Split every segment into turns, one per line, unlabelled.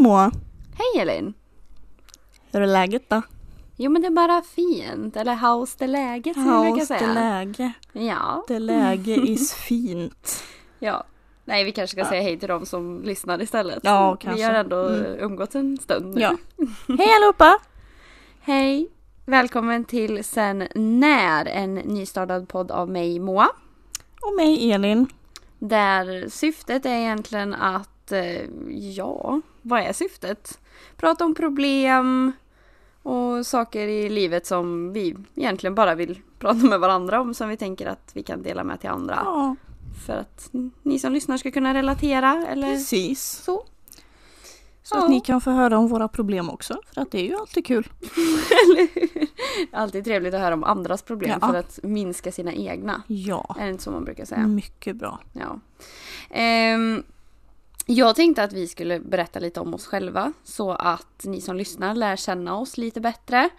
Moa,
Hej Elin!
hur är läget då?
Jo men det är bara fint, eller how's the läget som jag brukar
How's
säga.
det läge?
Ja.
Det läge is fint.
ja. Nej vi kanske ska säga hej till dem som lyssnar istället.
Ja,
Vi
kanske.
har ändå
Mm.
umgåtts en stund nu.
Ja. Hej allihopa!
Hej! Välkommen till Sen när, en nystartad podd av mig Moa.
Och mig Elin.
Där syftet är egentligen att, eh, ja, vad är syftet? Prata om problem och saker i livet som vi egentligen bara vill prata med varandra om som vi tänker att vi kan dela med till andra.
Ja,
För att ni som lyssnar ska kunna relatera eller
precis.
så.
Så
Ja.
att ni kan få höra om våra problem också. För att det är ju alltid kul.
Alltid trevligt att höra om andras problem
Ja.
för att minska sina egna.
Ja,
Är det inte så man brukar säga?
mycket bra.
Ja. Ehm, jag tänkte att vi skulle berätta lite om oss själva så att ni som lyssnar lär känna oss lite bättre.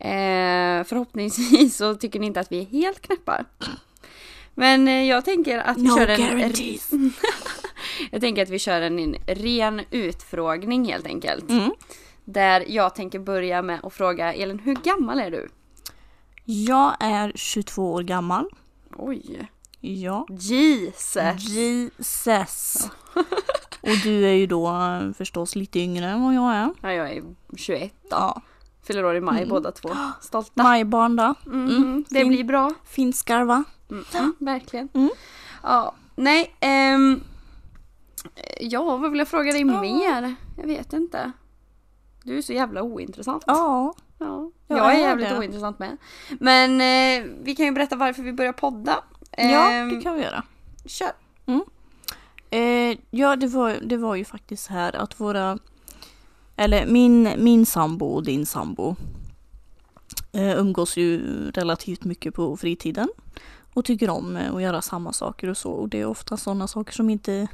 Ehm, förhoppningsvis så tycker ni inte att vi är helt knäppa. Men eh, jag tänker att vi
No
kör en,
guarantees!
jag tänker att vi kör en, en ren utfrågning helt enkelt.
Mm.
Där jag tänker börja med att fråga Elin, hur gammal är du?
Jag är 22 år gammal.
Oj, Mm.
Ja.
Jesus!
Jesus! Och du är ju då eh, förstås lite yngre än vad jag är.
Ja, jag är 21 då.
Ja.
Fyller år i maj båda två. Stolta.
Majbarn då.
Mm, det
fin.
blir bra.
Finskarva.
Mm, mm, verkligen.
Mm.
Ja, nej. ehm, ja, vad vill jag fråga dig mer? Jag vet inte. Du är så jävla ointressant.
Ja.
Ja,
Ja,
jag är
jag är
jävligt
det.
ointressant med. Men eh, vi kan ju berätta varför vi börjar podda.
Ja,
Ehm,
det kan vi göra.
Kör.
Eh, ja, det var, det var ju faktiskt så här att våra... Eller min, min sambo och din sambo eh, umgås ju relativt mycket på fritiden. Och tycker om eh, att göra samma saker och så. Och det är ofta sådana saker som inte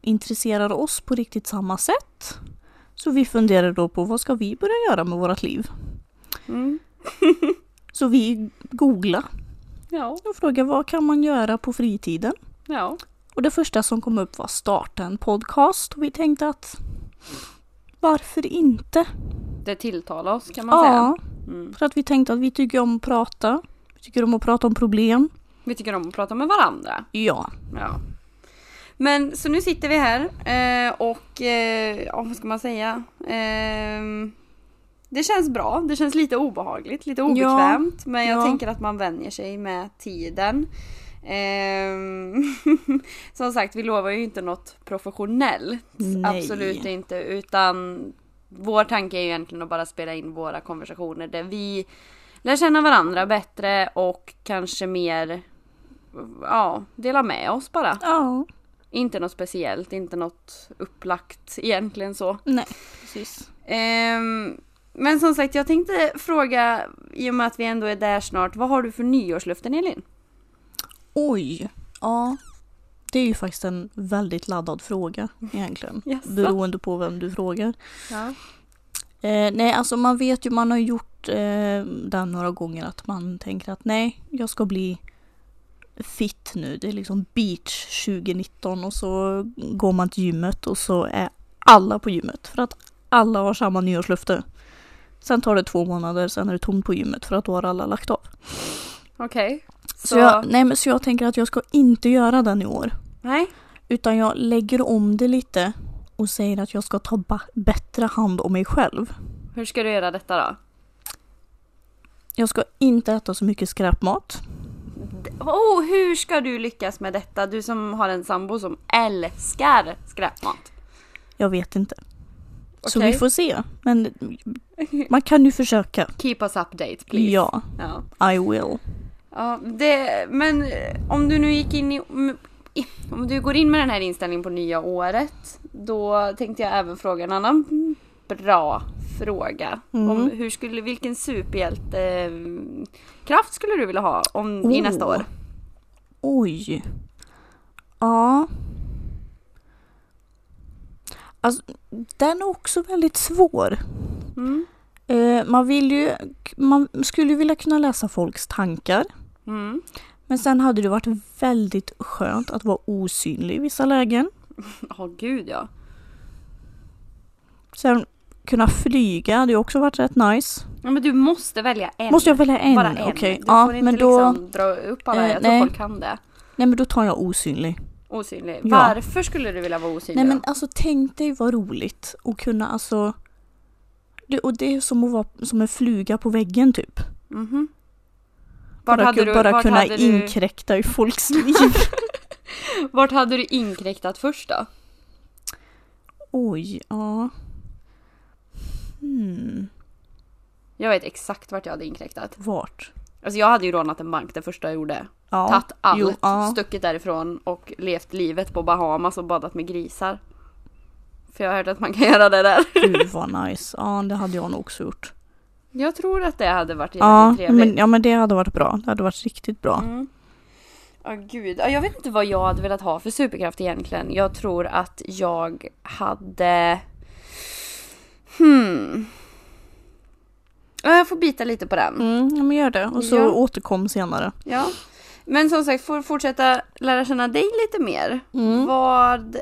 intresserar oss på riktigt samma sätt. Så vi funderar då på vad ska vi börja göra med vårt liv?
Mm.
Så vi googlar
Ja,
och frågar vad kan man göra på fritiden?
ja.
Och det första som kom upp var starta en podcast och vi tänkte att varför inte?
Det tilltalar oss kan man säga.
Ja,
Mm.
för att vi tänkte att vi tycker om att prata. Vi tycker om att prata om problem.
Vi tycker om att prata med varandra.
Ja,
Ja. Men så nu sitter vi här eh, och, eh, ja, vad ska man säga? Ehm, det känns bra, det känns lite obehagligt, lite obekvämt. men jag
ja.
tänker att man vänjer sig med tiden. Ehm, som sagt, vi lovar ju inte något professionellt.
Nej.
Absolut inte. Utan vår tanke är ju egentligen att bara spela in våra konversationer där vi lär känna varandra bättre och kanske mer ja, dela med oss bara.
ja,
Inte något speciellt, inte något upplagt egentligen så.
nej, precis.
Ehm, men som sagt, jag tänkte fråga, i och med att vi ändå är där snart, vad har du för nyårslöften Elin?
Oj, ja. Det är ju faktiskt en väldigt laddad fråga egentligen.
Jaså?
Beroende på vem du frågar.
Ja.
Eh, nej, alltså man vet ju, man har ju gjort eh, den några gånger att man tänker att nej, jag ska bli fit nu. Det är liksom beach 2019 och så går man till gymmet och så är alla på gymmet för att alla har samma nyårslöfte. Sen tar det två månader, sen är det tomt på gymmet för att då har alla lagt av.
Okej. Så,
Så, jag, nej, men så jag tänker att jag ska inte göra den i år.
nej.
Utan jag lägger om det lite och säger att jag ska ta ba- bättre hand om mig själv.
Hur ska du göra detta då?
Jag ska inte äta så mycket skräpmat.
Oh, hur ska du lyckas med detta? Du som har en sambo som älskar skräpmat.
Jag vet inte. Så
Okej.
vi får se. Men man kan ju försöka.
Keep us update please.
Ja,
ja.
I will.
Ja, det, men eh, om du nu gick in i, om- i... Om du går in med den här inställningen på nya året, då tänkte jag även fråga en annan bra fråga.
Mm.
Om hur skulle, vilken superhjältekraft kraft skulle du vilja ha om, i
Oh.
nästa år?
Oj. Ja. Alltså, den är också väldigt svår.
Mm.
Eh, man, vill ju, man skulle ju vilja kunna läsa folks tankar.
Mm.
Men sen hade det varit väldigt skönt att vara osynlig i vissa lägen.
Ja, gud ja.
Sen kunna flyga hade ju också varit rätt nice.
Ja, men du måste välja en.
Måste jag välja en?
Bara en.
Okej.
Du
Ja,
får inte
men då...
liksom dra upp alla.
Eh,
Jag tror
nej.
folk kan det.
Nej men då tar jag osynlig.
Osynlig.
Ja.
Varför skulle du vilja vara osynlig
Nej men
då?
alltså tänk dig vad roligt att kunna alltså... Det, och det är som att vara som en fluga på väggen typ.
Mhm. Vart
Bara,
hade,
ku-
du,
bara
vart,
kunna
hade du,
inkräkta i folks liv.
vart hade du inkräktat först då?
Oj, ja. Hmm,
Jag vet exakt vart jag hade inkräktat.
vart?
Alltså jag hade ju rånat en bank det första jag gjorde.
Ja.
Tagit allt,
jo, ja.
stuckit därifrån och levt livet på Bahamas och badat med grisar. För jag hörde att man kan göra det där.
Gud vad nice. Ja, det hade jag nog också gjort.
Jag tror att det hade varit jävligt
Ja
trevligt.
men, ja, men det hade varit bra. Det hade varit riktigt bra.
Mm. Ja, gud. Ja, Jag vet inte vad jag hade velat ha för superkraft egentligen. Jag tror att jag hade... Hmm. Ja, Jag får bita lite på den.
Mm, ja, men gör det. Och så
Ja.
återkom senare.
Ja. Men som sagt, får fortsätta lära känna dig lite mer.
Mm.
Vad,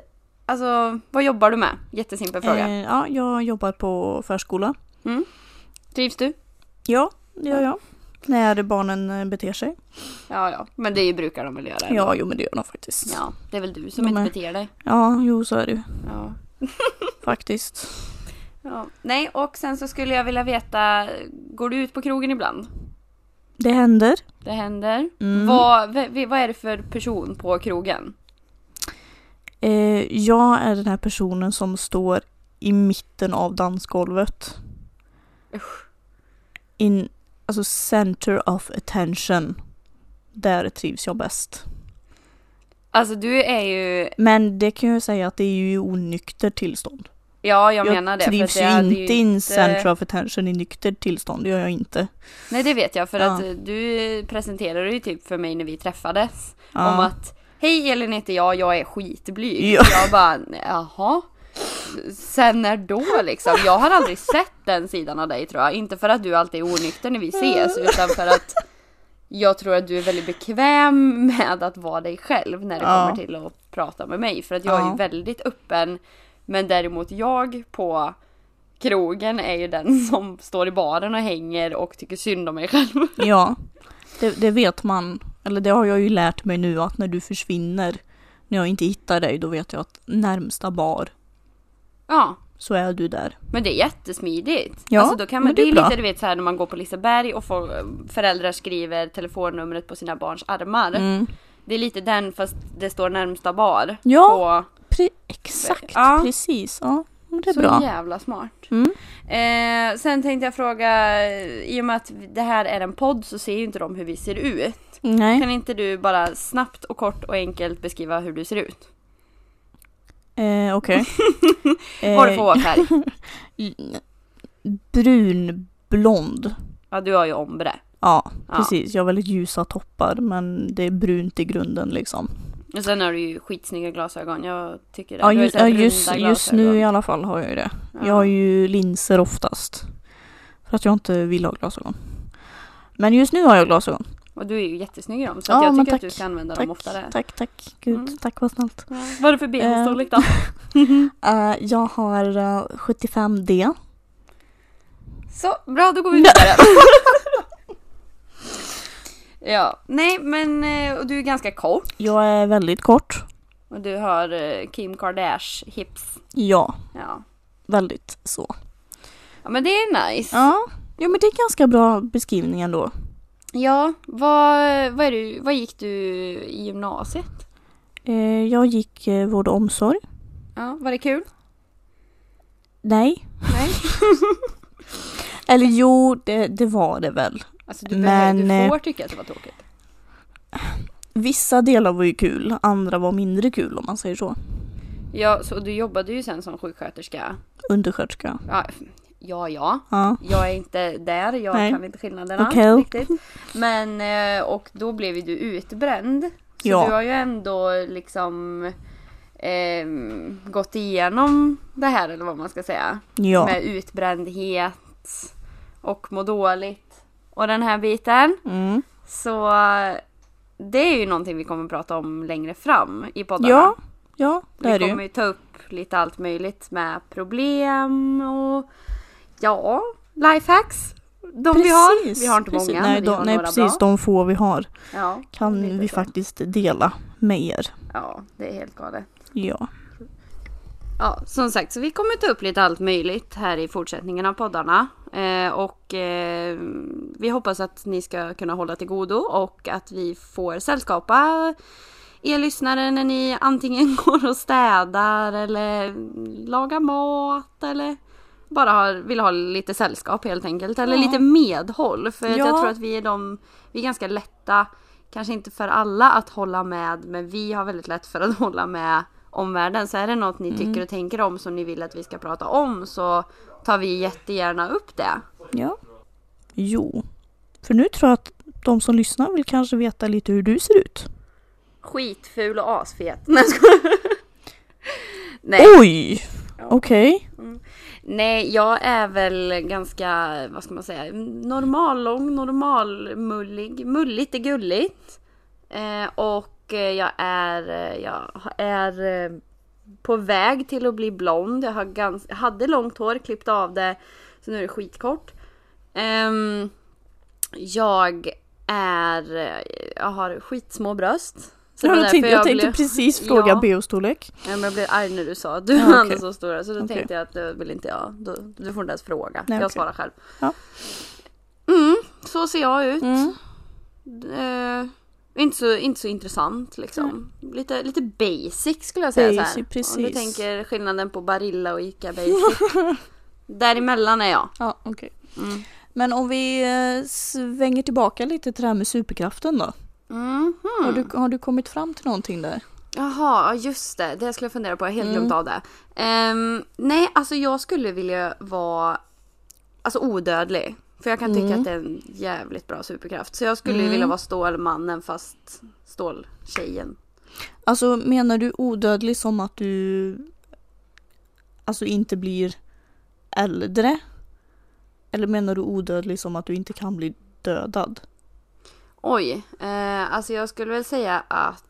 alltså, vad jobbar du med? Jättesimpel fråga.
Eh, ja, jag jobbar på förskola.
Trivs du?
Ja, det gör jag. När barnen eh, beter sig.
Ja, ja. Men det brukar de väl göra? ändå.
Ja, jo men det gör de faktiskt. Ja,
ja. Det är väl du som
De
inte
är-
beter dig.
jo så är det ju
Ja.
faktiskt.
Ja. Nej, och sen så skulle jag vilja veta, går du ut på krogen ibland?
Det händer.
Det händer.
Mm.
Vad, v- vad är det för person på krogen?
Eh, jag är den här personen som står i mitten av dansgolvet. In, alltså center of attention. Där trivs jag bäst.
Alltså du är ju,
Men det kan jag ju säga att det är ju i onykter tillstånd.
ja jag, menar det. för
trivs
att
ju
jag hade
inte in
inte-
center of attention i nykter tillstånd, det gör jag inte.
Nej det vet jag för
Ja.
att du presenterade ju typ för mig när vi träffades.
Ja.
Om att, hej Elin heter jag, jag är skitblyg.
Ja.
Jag bara, jaha. Sen när då liksom? Jag har aldrig sett den sidan av dig tror jag. Inte för att du alltid är onykter när vi ses utan för att jag tror att du är väldigt bekväm med att vara dig själv när det
Ja.
kommer till att prata med mig. För att jag är
Ja.
ju väldigt öppen men däremot jag på krogen är ju den som står i baren och hänger och tycker synd om mig själv.
Ja, det, det vet man. Eller det har jag ju lärt mig nu att när du försvinner, när jag inte hittar dig, då vet jag att närmsta bar
Ja,
så är du där.
men det är jättesmidigt.
Ja,
alltså då kan man,
men
det
det
är
är
ju
bra.
lite du vet så här när man går på Liseberg och folk, föräldrar skriver telefonnumret på sina barns armar.
Mm.
Det är lite den fast det står närmsta bar.
Ja,
På,
pre- exakt.
Ja.
Precis. Ja, men det är
så
bra.
jävla smart.
Mm.
Eh, sen tänkte jag fråga, i och med att det här är en podd så ser ju inte de hur vi ser ut.
Nej.
Kan inte du bara snabbt och kort och enkelt beskriva hur du ser ut?
Eh, Okej. Eh.
Vad du för hårfärg?
Brunblond.
Ja, du har ju ombre.
Ja,
Ja.
precis. Jag har väldigt ljusa toppar men det är brunt i grunden liksom.
Och sen har du ju skitsnygga glasögon. Jag tycker det.
Ja,
Du har
ju,
så här
ja
bruna
just, just
glasögon.
nu i alla fall har jag ju det.
Ja.
Jag har ju linser oftast. För att jag inte vill ha glasögon. Men just nu har jag glasögon.
Och du är ju jättesnygg i dem. Så
Ja,
att jag
men
tycker att
tack.
du ska använda
Tack,
dem oftare.
tack, tack. Gud,
Mm.
tack vad snällt.
Ja. Vad är det för benstorlek då?
Eh, jag har eh, 75D.
Så, bra då går vi vidare. ja, nej men eh, och du är ganska kort.
Jag är väldigt kort.
Och du har eh, Kim Kardashian hips.
Ja,
Ja.
väldigt så.
ja, men det är nice.
Ja, ja men det är ganska bra beskrivning ändå.
Ja, vad, vad, är du, vad gick du i gymnasiet?
Eh, jag gick eh, vård och omsorg.
Ja, var det kul?
Nej.
Nej.
Eller jo, det, det var det väl.
Alltså du,
Men,
behöver, du
eh,
får tycka att det var tråkigt.
Vissa delar var ju kul, andra var mindre kul om man säger så.
Ja, så du jobbade ju sen som sjuksköterska.
Undersköterska.
Ja, ja. ja.
Ja.
Jag är inte där, jag
Nej.
kan inte skillnaderna
Okej.
riktigt. Men, eh, och då blev ju du utbränd. Så
Ja.
du har ju ändå liksom ehm, gått igenom det här eller vad man ska säga.
Ja.
Med utbrändhet och må dåligt och den här biten.
Mm.
Så det är ju någonting vi kommer prata om längre fram i poddarna.
Ja, ja, det är
Vi
det
kommer
ju.
ju ta upp upp lite allt möjligt med problem och ja, lifehacks. De vi har. Vi har inte
precis.
många,
Nej,
men vi
de,
har
nej
några
precis,
bra.
de få vi har
Ja,
kan
lite
vi
så.
faktiskt dela med er.
Ja, det är helt galet.
Ja,
Ja, som sagt, så vi kommer ta upp lite allt möjligt här i fortsättningen av poddarna. Eh, och eh, vi hoppas att ni ska kunna hålla till godo och att vi får sällskapa er lyssnare när ni antingen går och städar eller lagar mat eller bara har, vill ha lite sällskap helt enkelt. Eller
Ja.
lite medhåll. För att
Ja.
jag tror att vi är, de, vi är ganska lätta, kanske inte för alla att hålla med, men vi har väldigt lätt för att hålla med omvärlden. Så är det något ni tycker och tänker om som ni vill att vi ska prata om så tar vi jättegärna upp det.
ja. Jo, för nu tror jag att de som lyssnar vill kanske veta lite hur du ser ut.
Skitful och asfet. Nej, jag skojar. Nej.
Oj! Okej.
Nej, jag är väl ganska, vad ska man säga, normallång, normalmullig. Mulligt är gulligt. Eh, och eh, jag är, eh, jag är eh, på väg till att bli blond. Jag har gans, jag hade långt hår, klippt av det, så nu är det skitkort. Ehm, jag är, eh, jag har skitsmå bröst. Så det
Ja,
var
jag,
därför
tänkte, jag tänkte
blev-
precis fråga
Ja.
BH-storlek.
Ja, men jag blev arg när du sa att du
Ja, Ah, okej.
hade så stora så då
Okej.
tänkte jag att det vill inte jag. Du, du får inte ens fråga.
Nej,
jag
okej.
svarar själv.
Ja.
Mm, så ser jag ut.
Mm.
Eh, inte, så, inte så intressant liksom. Lite, lite basic skulle jag säga.
Basic,
så här. Om du
precis.
tänker skillnaden på Barilla och Ica Basic. Däremellan är jag.
Ja, okej.
Mm.
Men om vi eh, svänger tillbaka lite till det här med superkraften då.
Mhm.
Har, du, har du kommit fram till någonting där?
Jaha, ja, just det. Det skulle jag fundera på. Jag har helt
Mm.
glömt av det. Ehm, nej, alltså jag skulle vilja vara alltså, odödlig. För jag kan tycka
Mm.
att det är en jävligt bra superkraft. Så jag skulle
Mm.
vilja vara Stålmannen fast Ståltjejen.
Alltså menar du odödlig som att du alltså inte blir äldre? Eller menar du odödlig som att du inte kan bli dödad?
Oj, eh, alltså jag skulle väl säga att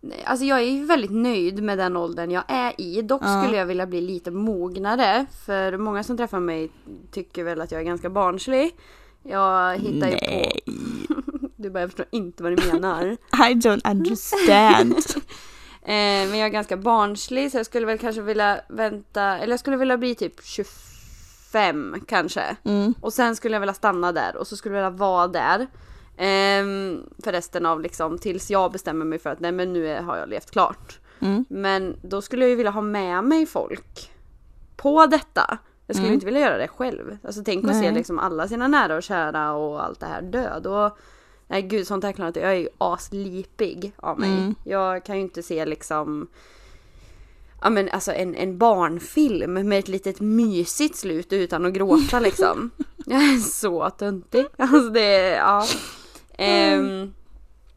Nej, Alltså jag är ju väldigt nöjd med den åldern jag är i. Dock
Ja.
skulle jag vilja bli lite mognare. För många som träffar mig tycker väl att jag är ganska barnslig. Jag hittar ju på
Nej,
Du bara, jag förstår inte vad du menar.
I don't understand.
eh, men jag är ganska barnslig så jag skulle väl kanske vilja vänta, eller jag skulle vilja bli typ 25 kanske.
Mm.
Och sen skulle jag vilja stanna där och så skulle jag vilja vara där. ehm, för resten av liksom, tills jag bestämmer mig för att nej men nu är, har jag levt klart.
Mm.
Men då skulle jag ju vilja ha med mig folk på detta. Jag skulle
Mm.
inte vilja göra det själv. Alltså tänk att se
Nej.
liksom alla sina nära och kära och allt det här dö. Då, nej gud sånt här klarar inte jag. Jag är ju aslipig av mig.
Mm.
Jag kan ju inte se liksom Ja men alltså en, en barnfilm med ett litet mysigt slut utan att gråta liksom. Jag är så töntig. Alltså det är, ja. Ehm,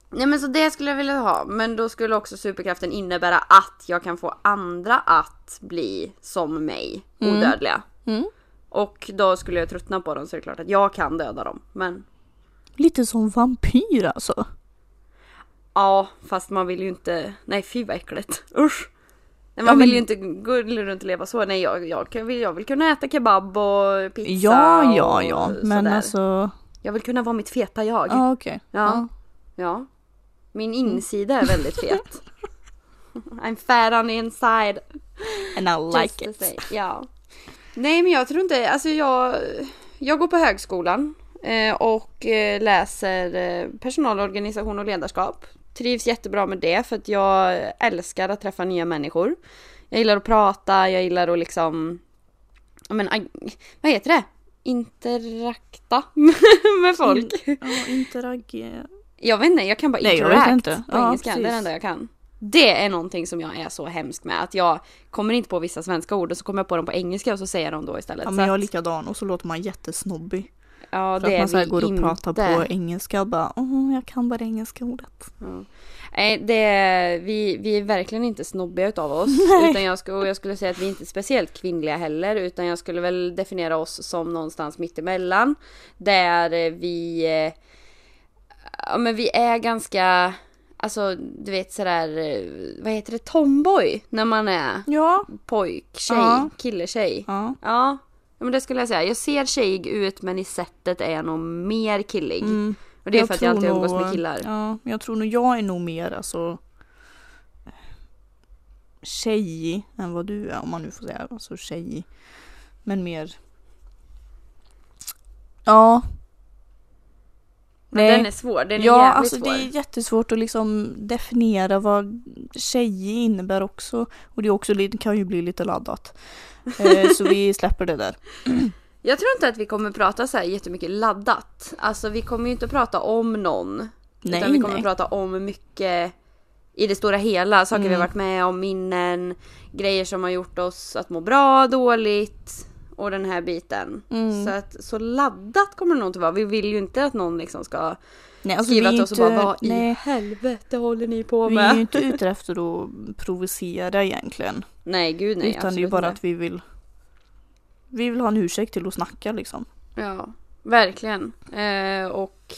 nej men så det skulle jag vilja ha. Men då skulle också superkraften innebära att jag kan få andra att bli som mig.
Mm.
Odödliga.
Mm.
Och då skulle jag tröttna på dem så är det klart att jag kan döda dem. Men
Lite som vampyr alltså.
ja, fast man vill ju inte. Nej fy vad äckligt. Usch. Nej, man
Ja, men-
vill ju inte gå runt och leva så. Nej jag, jag, kan- jag vill kunna äta kebab och pizza
Ja, ja, ja.
och
Men
sådär.
alltså.
Jag vill kunna vara mitt feta jag.
Ja, okej.
Ja. Ja. Min insida är väldigt fet. I'm fat on the inside.
And I
just
like
to say.
it.
Ja. Nej men jag tror inte, alltså jag, jag går på högskolan eh, och eh, läser eh, personalorganisation och ledarskap. Trivs jättebra med det för att jag älskar att träffa nya människor. Jag gillar att prata, jag gillar att liksom, ja, men, ag- vad heter det? Interakta med folk.
Mm. Ja, interagera.
Jag vet inte, jag kan bara
Nej, jag vet
interact
inte.
på
Ja,
engelska. Det är det
precis.
enda jag kan. Det är någonting som jag är så hemsk med. Att jag kommer inte på vissa svenska ord och så kommer jag på dem på engelska och så säger jag dem då istället.
Ja,
Så
men jag är
att-
likadan och så låter man jättesnobbig.
ja,
För
det
att man så här
är vi
går och pratar på
inte.
engelska och bara åh, jag kan bara det engelska ordet.
Nej, det är, vi, vi är verkligen inte snobbiga utav oss. Utan jag, skulle, och jag skulle säga att vi inte är speciellt kvinnliga heller. Utan jag skulle väl definiera oss som någonstans mittemellan. Där vi... eh, Ja men vi är ganska... alltså du vet sådär, eh, vad heter det, tomboy när man är
Ja.
pojk, tjej,
Ja.
kille, tjej.
Ja.
Ja, men det skulle jag säga. Jag ser tjejig ut men i sättet är jag nog mer killig.
Mm.
Och det är för att jag
tror
alltid umgås
nog-
med killar.
Ja, jag tror nog jag är nog mer alltså tjejig än vad du är om man nu får säga alltså tjejig. Men mer Ja.
Men den är svår, den är
ja,
jävligt
alltså
svår.
det är jättesvårt att liksom definiera vad tjejig innebär också. Och det är också, lite- kan ju bli lite laddat. Eh, så vi släpper det där.
Jag tror inte att vi kommer prata så här jättemycket laddat. Alltså vi kommer ju inte prata om någon. utan vi
Nej,
kommer
nej.
prata om mycket i det stora hela. Saker
Mm.
vi har varit med om, minnen, grejer som har gjort oss att må bra, dåligt och den här biten.
Mm.
Så, att, så laddat kommer det nog inte vara. Vi vill ju inte att någon liksom ska
Nej, alltså,
skriva
vi
till
är
oss och bara vad i
nej,
helvete håller ni på
Vi är ju
med?
inte ute efter att provocera egentligen.
Nej gud nej.
Utan det är ju
absolut
bara
inte.
att vi vill Vi vill ha en ursäkt till att snacka liksom.
Ja, verkligen. Eh, och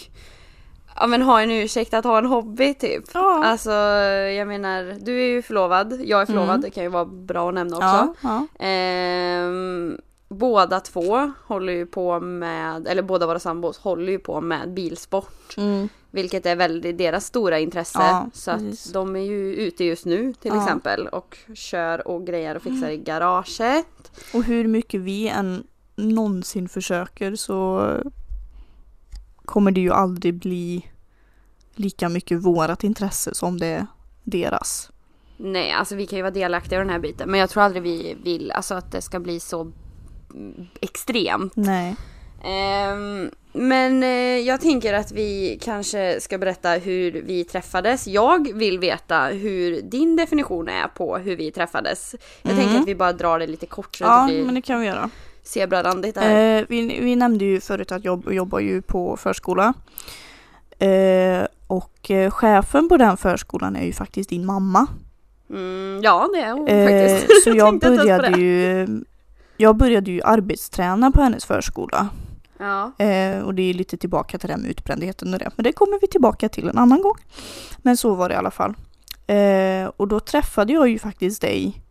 ja, men ha en ursäkt att ha en hobby typ.
Ja.
Alltså jag menar, du är ju förlovad, jag är förlovad,
Mm.
det kan ju vara bra att nämna också.
Ja, ja.
Ehm, båda två håller ju på med, eller båda våra sambos håller ju på med bilsport.
Mm.
Vilket är väldigt deras stora intresse.
Ja,
så att
precis.
de är ju ute just nu till
Ja.
exempel och kör och grejer och fixar i garaget.
Och hur mycket vi än någonsin försöker så kommer det ju aldrig bli lika mycket vårat intresse som det är deras.
Nej, alltså vi kan ju vara delaktiga i den här biten. Men jag tror aldrig vi vill alltså, att det ska bli så mm, extremt.
Nej.
Ehm, men eh, jag tänker att vi kanske ska berätta hur vi träffades. Jag vill veta hur din definition är på hur vi träffades. Jag
Mm.
tänker att vi bara drar det lite kort så att
Ja,
det blir
men det kan vi göra.
zebrarandigt där.
Eh, vi, vi nämnde ju förut att jag jobbar ju på förskola. Eh, och eh, chefen på den förskolan är ju faktiskt din mamma.
Mm, ja, det är hon
Eh,
Mm, faktiskt.
så jag
tänkte inte ens på
började ju jag började ju arbetsträna på hennes förskola.
Ja.
Eh, och det är lite tillbaka till det här med utbrändheten och det. Men det kommer vi tillbaka till en annan gång. Men så var det i alla fall. Eh, och då träffade jag ju faktiskt dig.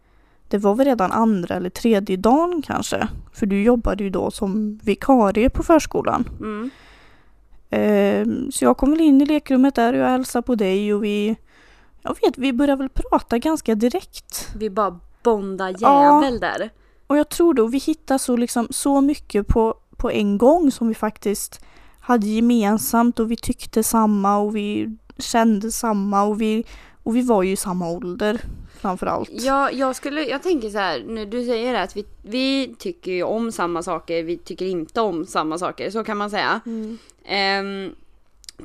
Det var väl redan andra eller tredje dagen kanske. För du jobbade ju då som vikarie på förskolan.
Mm.
Eh, så jag kom väl in i lekrummet där och jag hälsade på dig och vi... Jag vet, vi började väl prata ganska direkt.
Vi bara bonda jävel där.
Och jag tror då vi hittar så, liksom, så mycket på, på en gång som vi faktiskt hade gemensamt och vi tyckte samma och vi kände samma och vi, och vi var ju i samma ålder framförallt.
Ja, jag, skulle, jag tänker så här, när du säger det att vi, vi tycker ju om samma saker, vi tycker inte om samma saker, så kan man säga. Ehm,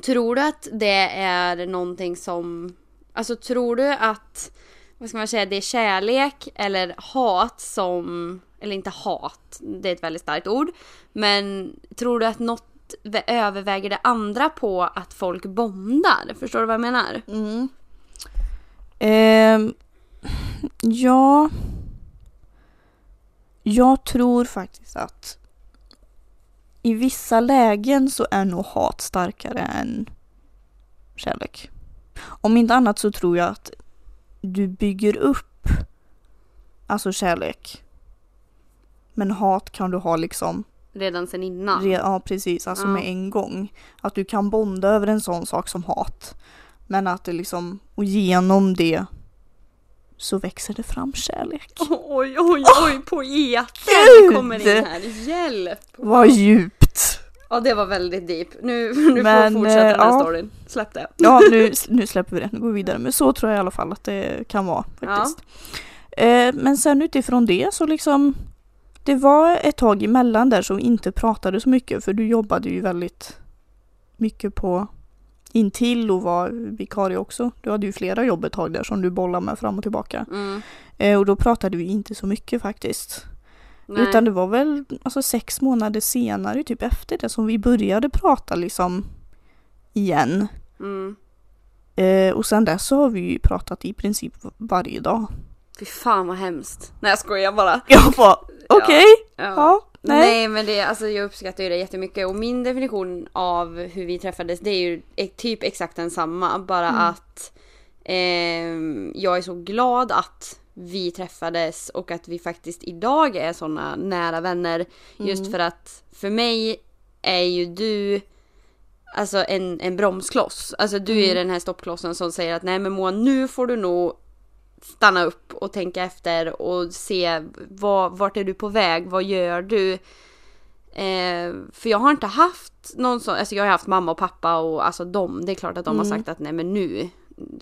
tror du att det är någonting som, alltså tror du att, vad ska man säga, det är kärlek eller hat som, eller inte hat, det är ett väldigt starkt ord, men tror du att något vä- överväger det andra på att folk bondar? Förstår du vad jag menar?
Mm. Ehm, ja. Jag tror faktiskt att i vissa lägen så är nog hat starkare än kärlek. Om inte annat så tror jag att du bygger upp alltså kärlek. Men hat kan du ha liksom
Redan sen innan?
Re- ja precis, alltså
Ja.
med en gång. Att du kan bonda över en sån sak som hat. Men att det liksom, och genom det så växer det fram kärlek.
Oj, oj, oj, poeten
Gud!
kommer in här. Hjälp!
Vad djupt!
Ja, det var väldigt deep. Nu, nu
Men,
får vi fortsätta den här
eh, ja.
storyn. Släpp det.
Ja nu, nu släpper vi det, nu går vi vidare. Men så tror jag i alla fall att det kan vara faktiskt. Eh, men sen utifrån det så liksom det var ett tag emellan där som vi inte pratade så mycket för du jobbade ju väldigt mycket på intill och var vikarie också. Du hade ju flera jobb ett tag där som du bollade med fram och tillbaka.
Mm,
Eh, och då pratade vi inte så mycket faktiskt.
nej.
Utan det var väl alltså, sex månader senare, typ efter det, som vi började prata liksom igen.
Mm.
Eh, och sen dess så har vi ju pratat i princip varje dag.
Fy fan vad hemskt. Nej jag skojar bara.
Jag bara, okej,
Ja.
ja. Nej.
Nej. men det, alltså, jag uppskattar ju det jättemycket och min definition av hur vi träffades det är ju e- typ exakt densamma bara
Mm.
att ehm, jag är så glad att vi träffades och att vi faktiskt idag är såna nära vänner. Just för att för mig är ju du alltså en, en bromskloss. Alltså du är den här stoppklossen som säger att nej men Moa nu får du nog stanna upp och tänka efter och se vad, vart är du på väg, vad gör du? Eh, för jag har inte haft någon sån, alltså jag har haft mamma och pappa och alltså de, det är klart att de har sagt att nej men nu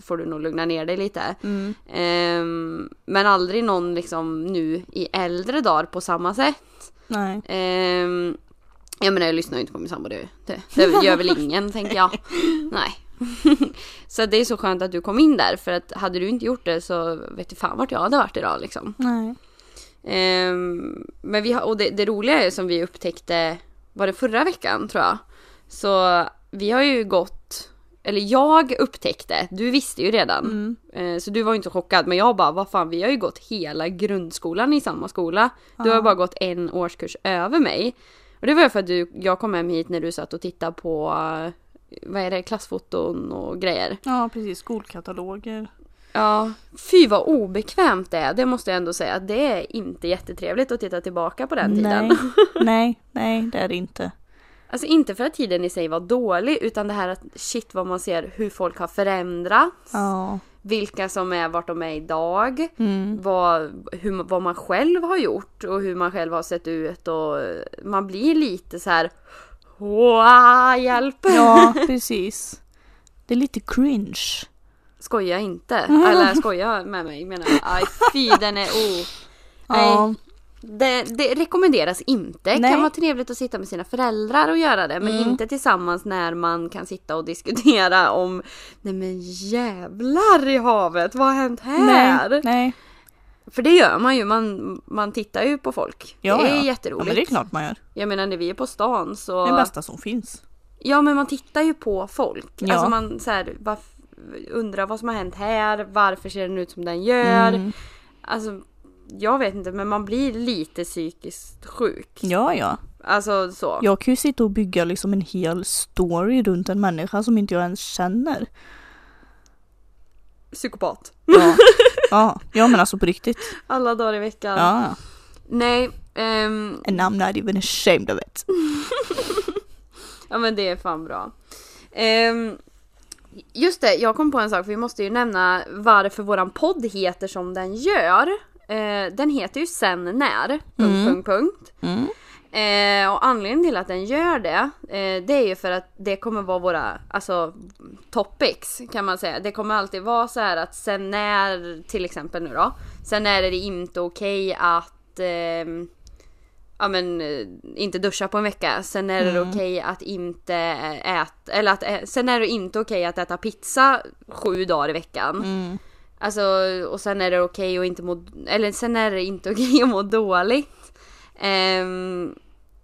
får du nog lugna ner dig lite.
Mm.
Ehm, men aldrig någon liksom nu i äldre dagar på samma sätt.
Nej.
Ehm, jag menar jag lyssnar ju inte på min sambo, det, det, det gör väl ingen tänker jag. Nej. så det är så skönt att du kom in där för att hade du inte gjort det så vet du fan vart jag hade varit idag liksom.
Nej.
Ehm, men vi har, och det, det roliga är som vi upptäckte, var det förra veckan tror jag? Så vi har ju gått, eller jag upptäckte, du visste ju redan.
Mm.
Eh, Så du var ju inte så chockad men jag bara, vad fan vi har ju gått hela grundskolan i samma skola. Du har ju bara gått en årskurs över mig. Och det var ju för att du, jag kom hem hit när du satt och tittade på, eh, vad är det, klassfoton och grejer.
Ja, precis. Skolkataloger.
Ja, fy vad obekvämt det är. Det måste jag ändå säga, att det är inte jättetrevligt att titta tillbaka på den
Nej.
tiden.
nej, nej, det är det inte.
Alltså inte för att tiden i sig var dålig utan det här att shit vad man ser hur folk har förändrats.
Ja.
Vilka som är, vart de är idag.
Mm.
vad, hur, vad man själv har gjort och hur man själv har sett ut och eh, man blir lite så här "Åh, hjälp!
Ja, precis. Det är lite cringe.
Skoja inte! Eller skoja med mig menar jag. Aj fy den är oh.
Ja.
Nej. Det, det rekommenderas inte. Det
Nej. Mm.
kan vara trevligt att sitta med sina föräldrar och göra det men inte tillsammans när man kan sitta och diskutera om Nej men jävlar i havet, vad har hänt här?
Nej, nej.
För det gör man ju, man, man tittar ju på folk.
Ja,
det är
ja. Ja,
jätteroligt.
men det är klart man gör.
Jag menar när vi är på stan så...
Det är det bästa som finns.
Ja men man tittar ju på folk.
Ja.
Alltså man så här, varf- undrar vad som har hänt här, varför ser den ut som den gör.
Mm.
Alltså jag vet inte men man blir lite psykiskt sjuk.
Ja, ja.
Alltså så.
Jag kan ju sitta och bygga liksom en hel story runt en människa som inte jag ens känner.
Psykopat.
Ja, ja. ja men alltså på riktigt.
Alla dagar i veckan.
Ja.
Nej. ehm,
And I'm not even ashamed of it.
ja men det är fan bra. Ehm, just det, jag kom på en sak. Vi måste ju nämna varför våran podd heter som den gör. Eh, den heter ju Sen när. Punkt, punkt, punkt.
Mm.
Eh, och anledningen till att den gör det, eh, det är ju för att det kommer vara våra alltså, topics kan man säga. Det kommer alltid vara så här att sen när, till exempel nu då, sen är det inte okej att ehm, ja men eh, inte duscha på en vecka. Sen är det okej att inte äta, eller att ä- sen är det inte okej att äta pizza sju dagar i veckan.
Mm.
Alltså, och sen är det okej att inte må, eller sen är det inte okej att må dåligt. Ehm,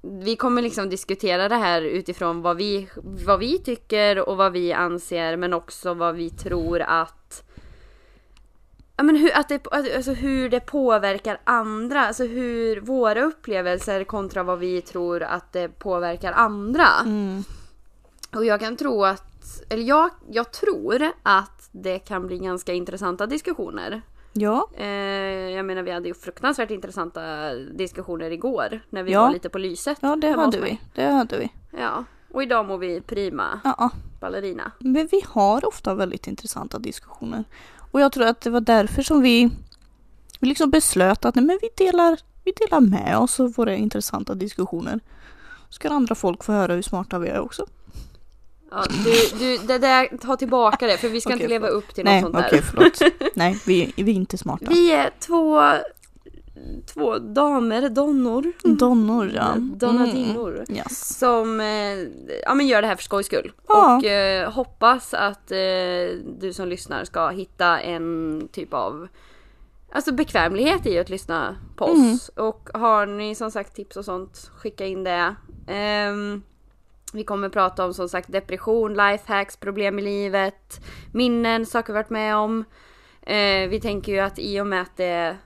vi kommer liksom diskutera det här utifrån vad vi, vad vi tycker och vad vi anser men också vad vi tror att Ja men hur, att det, att- alltså hur det påverkar andra, alltså hur våra upplevelser kontra vad vi tror att det påverkar andra.
Mm.
Och jag kan tro att, eller jag, jag tror att det kan bli ganska intressanta diskussioner.
Ja,
Eh, jag menar vi hade ju fruktansvärt intressanta diskussioner igår när vi
Ja.
var lite på lyset.
ja det
hemma
hade
hos mig.
vi. Det hade vi.
Ja. Och idag mår vi prima
Ja, ja.
ballerina.
Men vi har ofta väldigt intressanta diskussioner. Och jag tror att det var därför som vi vi liksom beslöt att nej, men vi, delar, vi delar med oss av våra intressanta diskussioner. Så kan andra folk få höra hur smarta vi är också.
Ja, du, du, det där, ta tillbaka det för vi ska
Okej,
inte leva upp till något
Nej,
sånt
okej
där.
förlåt. Nej, vi, vi är inte smarta.
Vi är två, två damer, donnor,
Donnor ja.
donadinnor.
Mm. Yes.
som eh, ja, men gör det här för skojs skull.
Ja.
Och eh, hoppas att eh, du som lyssnar ska hitta en typ av alltså bekvämlighet i att lyssna på oss.
Mm.
Och har ni som sagt tips och sånt, skicka in det. Ehm, vi kommer prata om som sagt depression, lifehacks, problem i livet, minnen, saker vi varit med om. Eh, vi tänker ju att i och med att det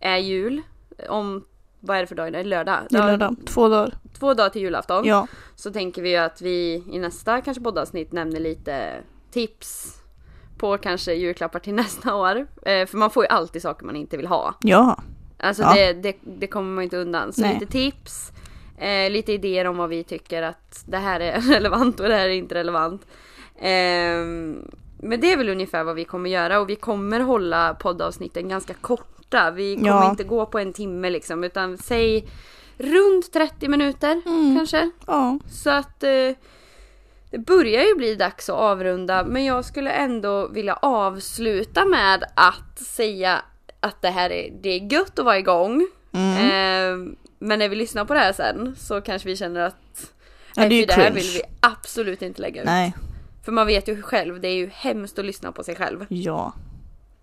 är jul om vad är det för dag idag? Lördag?
Det är lördag. Två dagar.
Två dagar till julafton.
Ja.
Så tänker vi att vi i nästa kanske poddavsnitt nämner lite tips på kanske julklappar till nästa år. Eh, för man får ju alltid saker man inte vill ha.
Ja.
Alltså
Ja.
det, det, det kommer man inte undan. Så
Nej.
lite tips, eh, lite idéer om vad vi tycker att det här är relevant och det här är inte relevant. Ehm, men det är väl ungefär vad vi kommer göra och vi kommer hålla poddavsnitten ganska korta. Vi kommer
Ja.
inte gå på en timme liksom utan säg runt 30 minuter
Mm.
kanske.
Ja.
Så att eh, det börjar ju bli dags att avrunda men jag skulle ändå vilja avsluta med att säga att det här är, det är gött att vara igång.
Mm.
Eh, men när vi lyssnar på det här sen så kanske vi känner att
Ja, det är
nej,
ju
för det här
cringe.
vill vi absolut inte lägga ut.
Nej.
För man vet ju själv, det är ju hemskt att lyssna på sig själv.
Ja.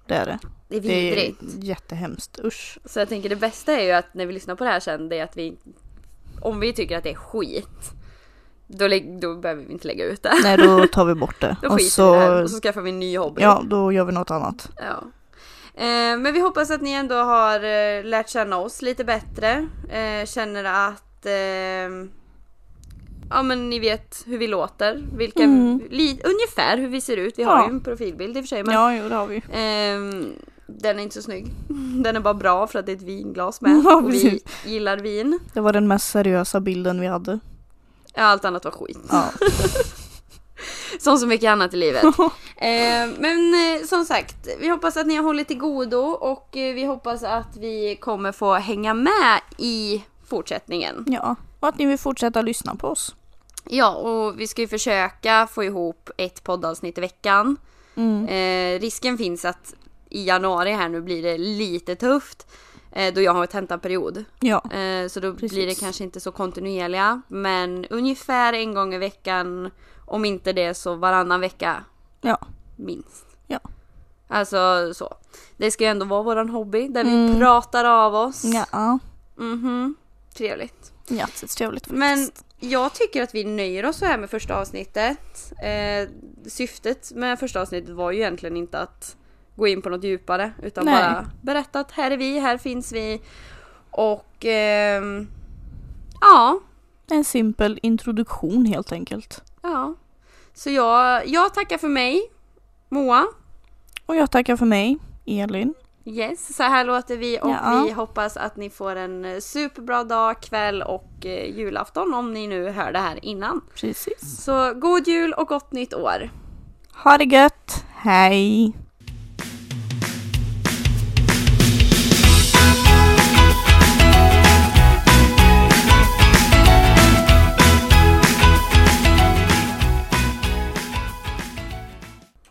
Det är det.
Det är
Det är
vidrigt.
jättehemskt. Usch.
Så jag tänker det bästa är ju att när vi lyssnar på det här sen det är att vi om vi tycker att det är skit då, lä- då behöver vi inte lägga ut det.
Nej, då tar vi bort det.
Då
och
skiter
så...
vi i det här och så skaffar vi en ny hobby.
Ja, då gör vi något annat.
Ja. Eh, men vi hoppas att ni ändå har eh, lärt känna oss lite bättre. Eh, känner att eh, ja, men ni vet hur vi låter. Vilka,
Mm.
li, ungefär hur vi ser ut. Vi
Ja.
har ju en profilbild i och för sig. Men,
Ja, jo, det har vi.
ehm, den är inte så snygg. Den är bara bra för att det är ett vinglas med.
Ja,
och vi
precis.
gillar vin.
Det var den mest seriösa bilden vi hade.
Ja, Allt annat var skit.
Ja.
Som så mycket annat i livet. Eh, men eh, som sagt, vi hoppas att ni har hållit till godo och eh, vi hoppas att vi kommer få hänga med i fortsättningen.
ja. Och att ni vill fortsätta lyssna på oss.
Ja, och vi ska ju försöka få ihop ett poddavsnitt i veckan.
Mm.
Eh, risken finns att i januari här nu blir det lite tufft eh, då jag har tentaperiod.
Ja.
Eh, så då blir det
Precis.
kanske inte så kontinuerliga. Men ungefär en gång i veckan, om inte det så varannan vecka
Ja.
minst.
Ja.
Alltså så. Det ska ju ändå vara våran hobby där vi
Mm.
pratar av oss.
Ja.
Mhm. Trevligt.
Ja, det är trevligt faktiskt.
Men jag tycker att vi nöjer oss så här med första avsnittet. Eh, syftet med första avsnittet var ju egentligen inte att gå in på något djupare utan
Nej.
bara berätta att här är vi, här finns vi. Och ehm, ja,
En simpel introduktion helt enkelt.
ja. Så jag, jag tackar för mig. Moa.
Och jag tackar för mig, Elin.
Yes, så här låter vi och
Ja.
vi hoppas att ni får en eh, superbra dag, kväll och eh, julafton om ni nu hör det här innan.
Precis.
Så god jul och gott nytt år!
Ha det gött! Hej!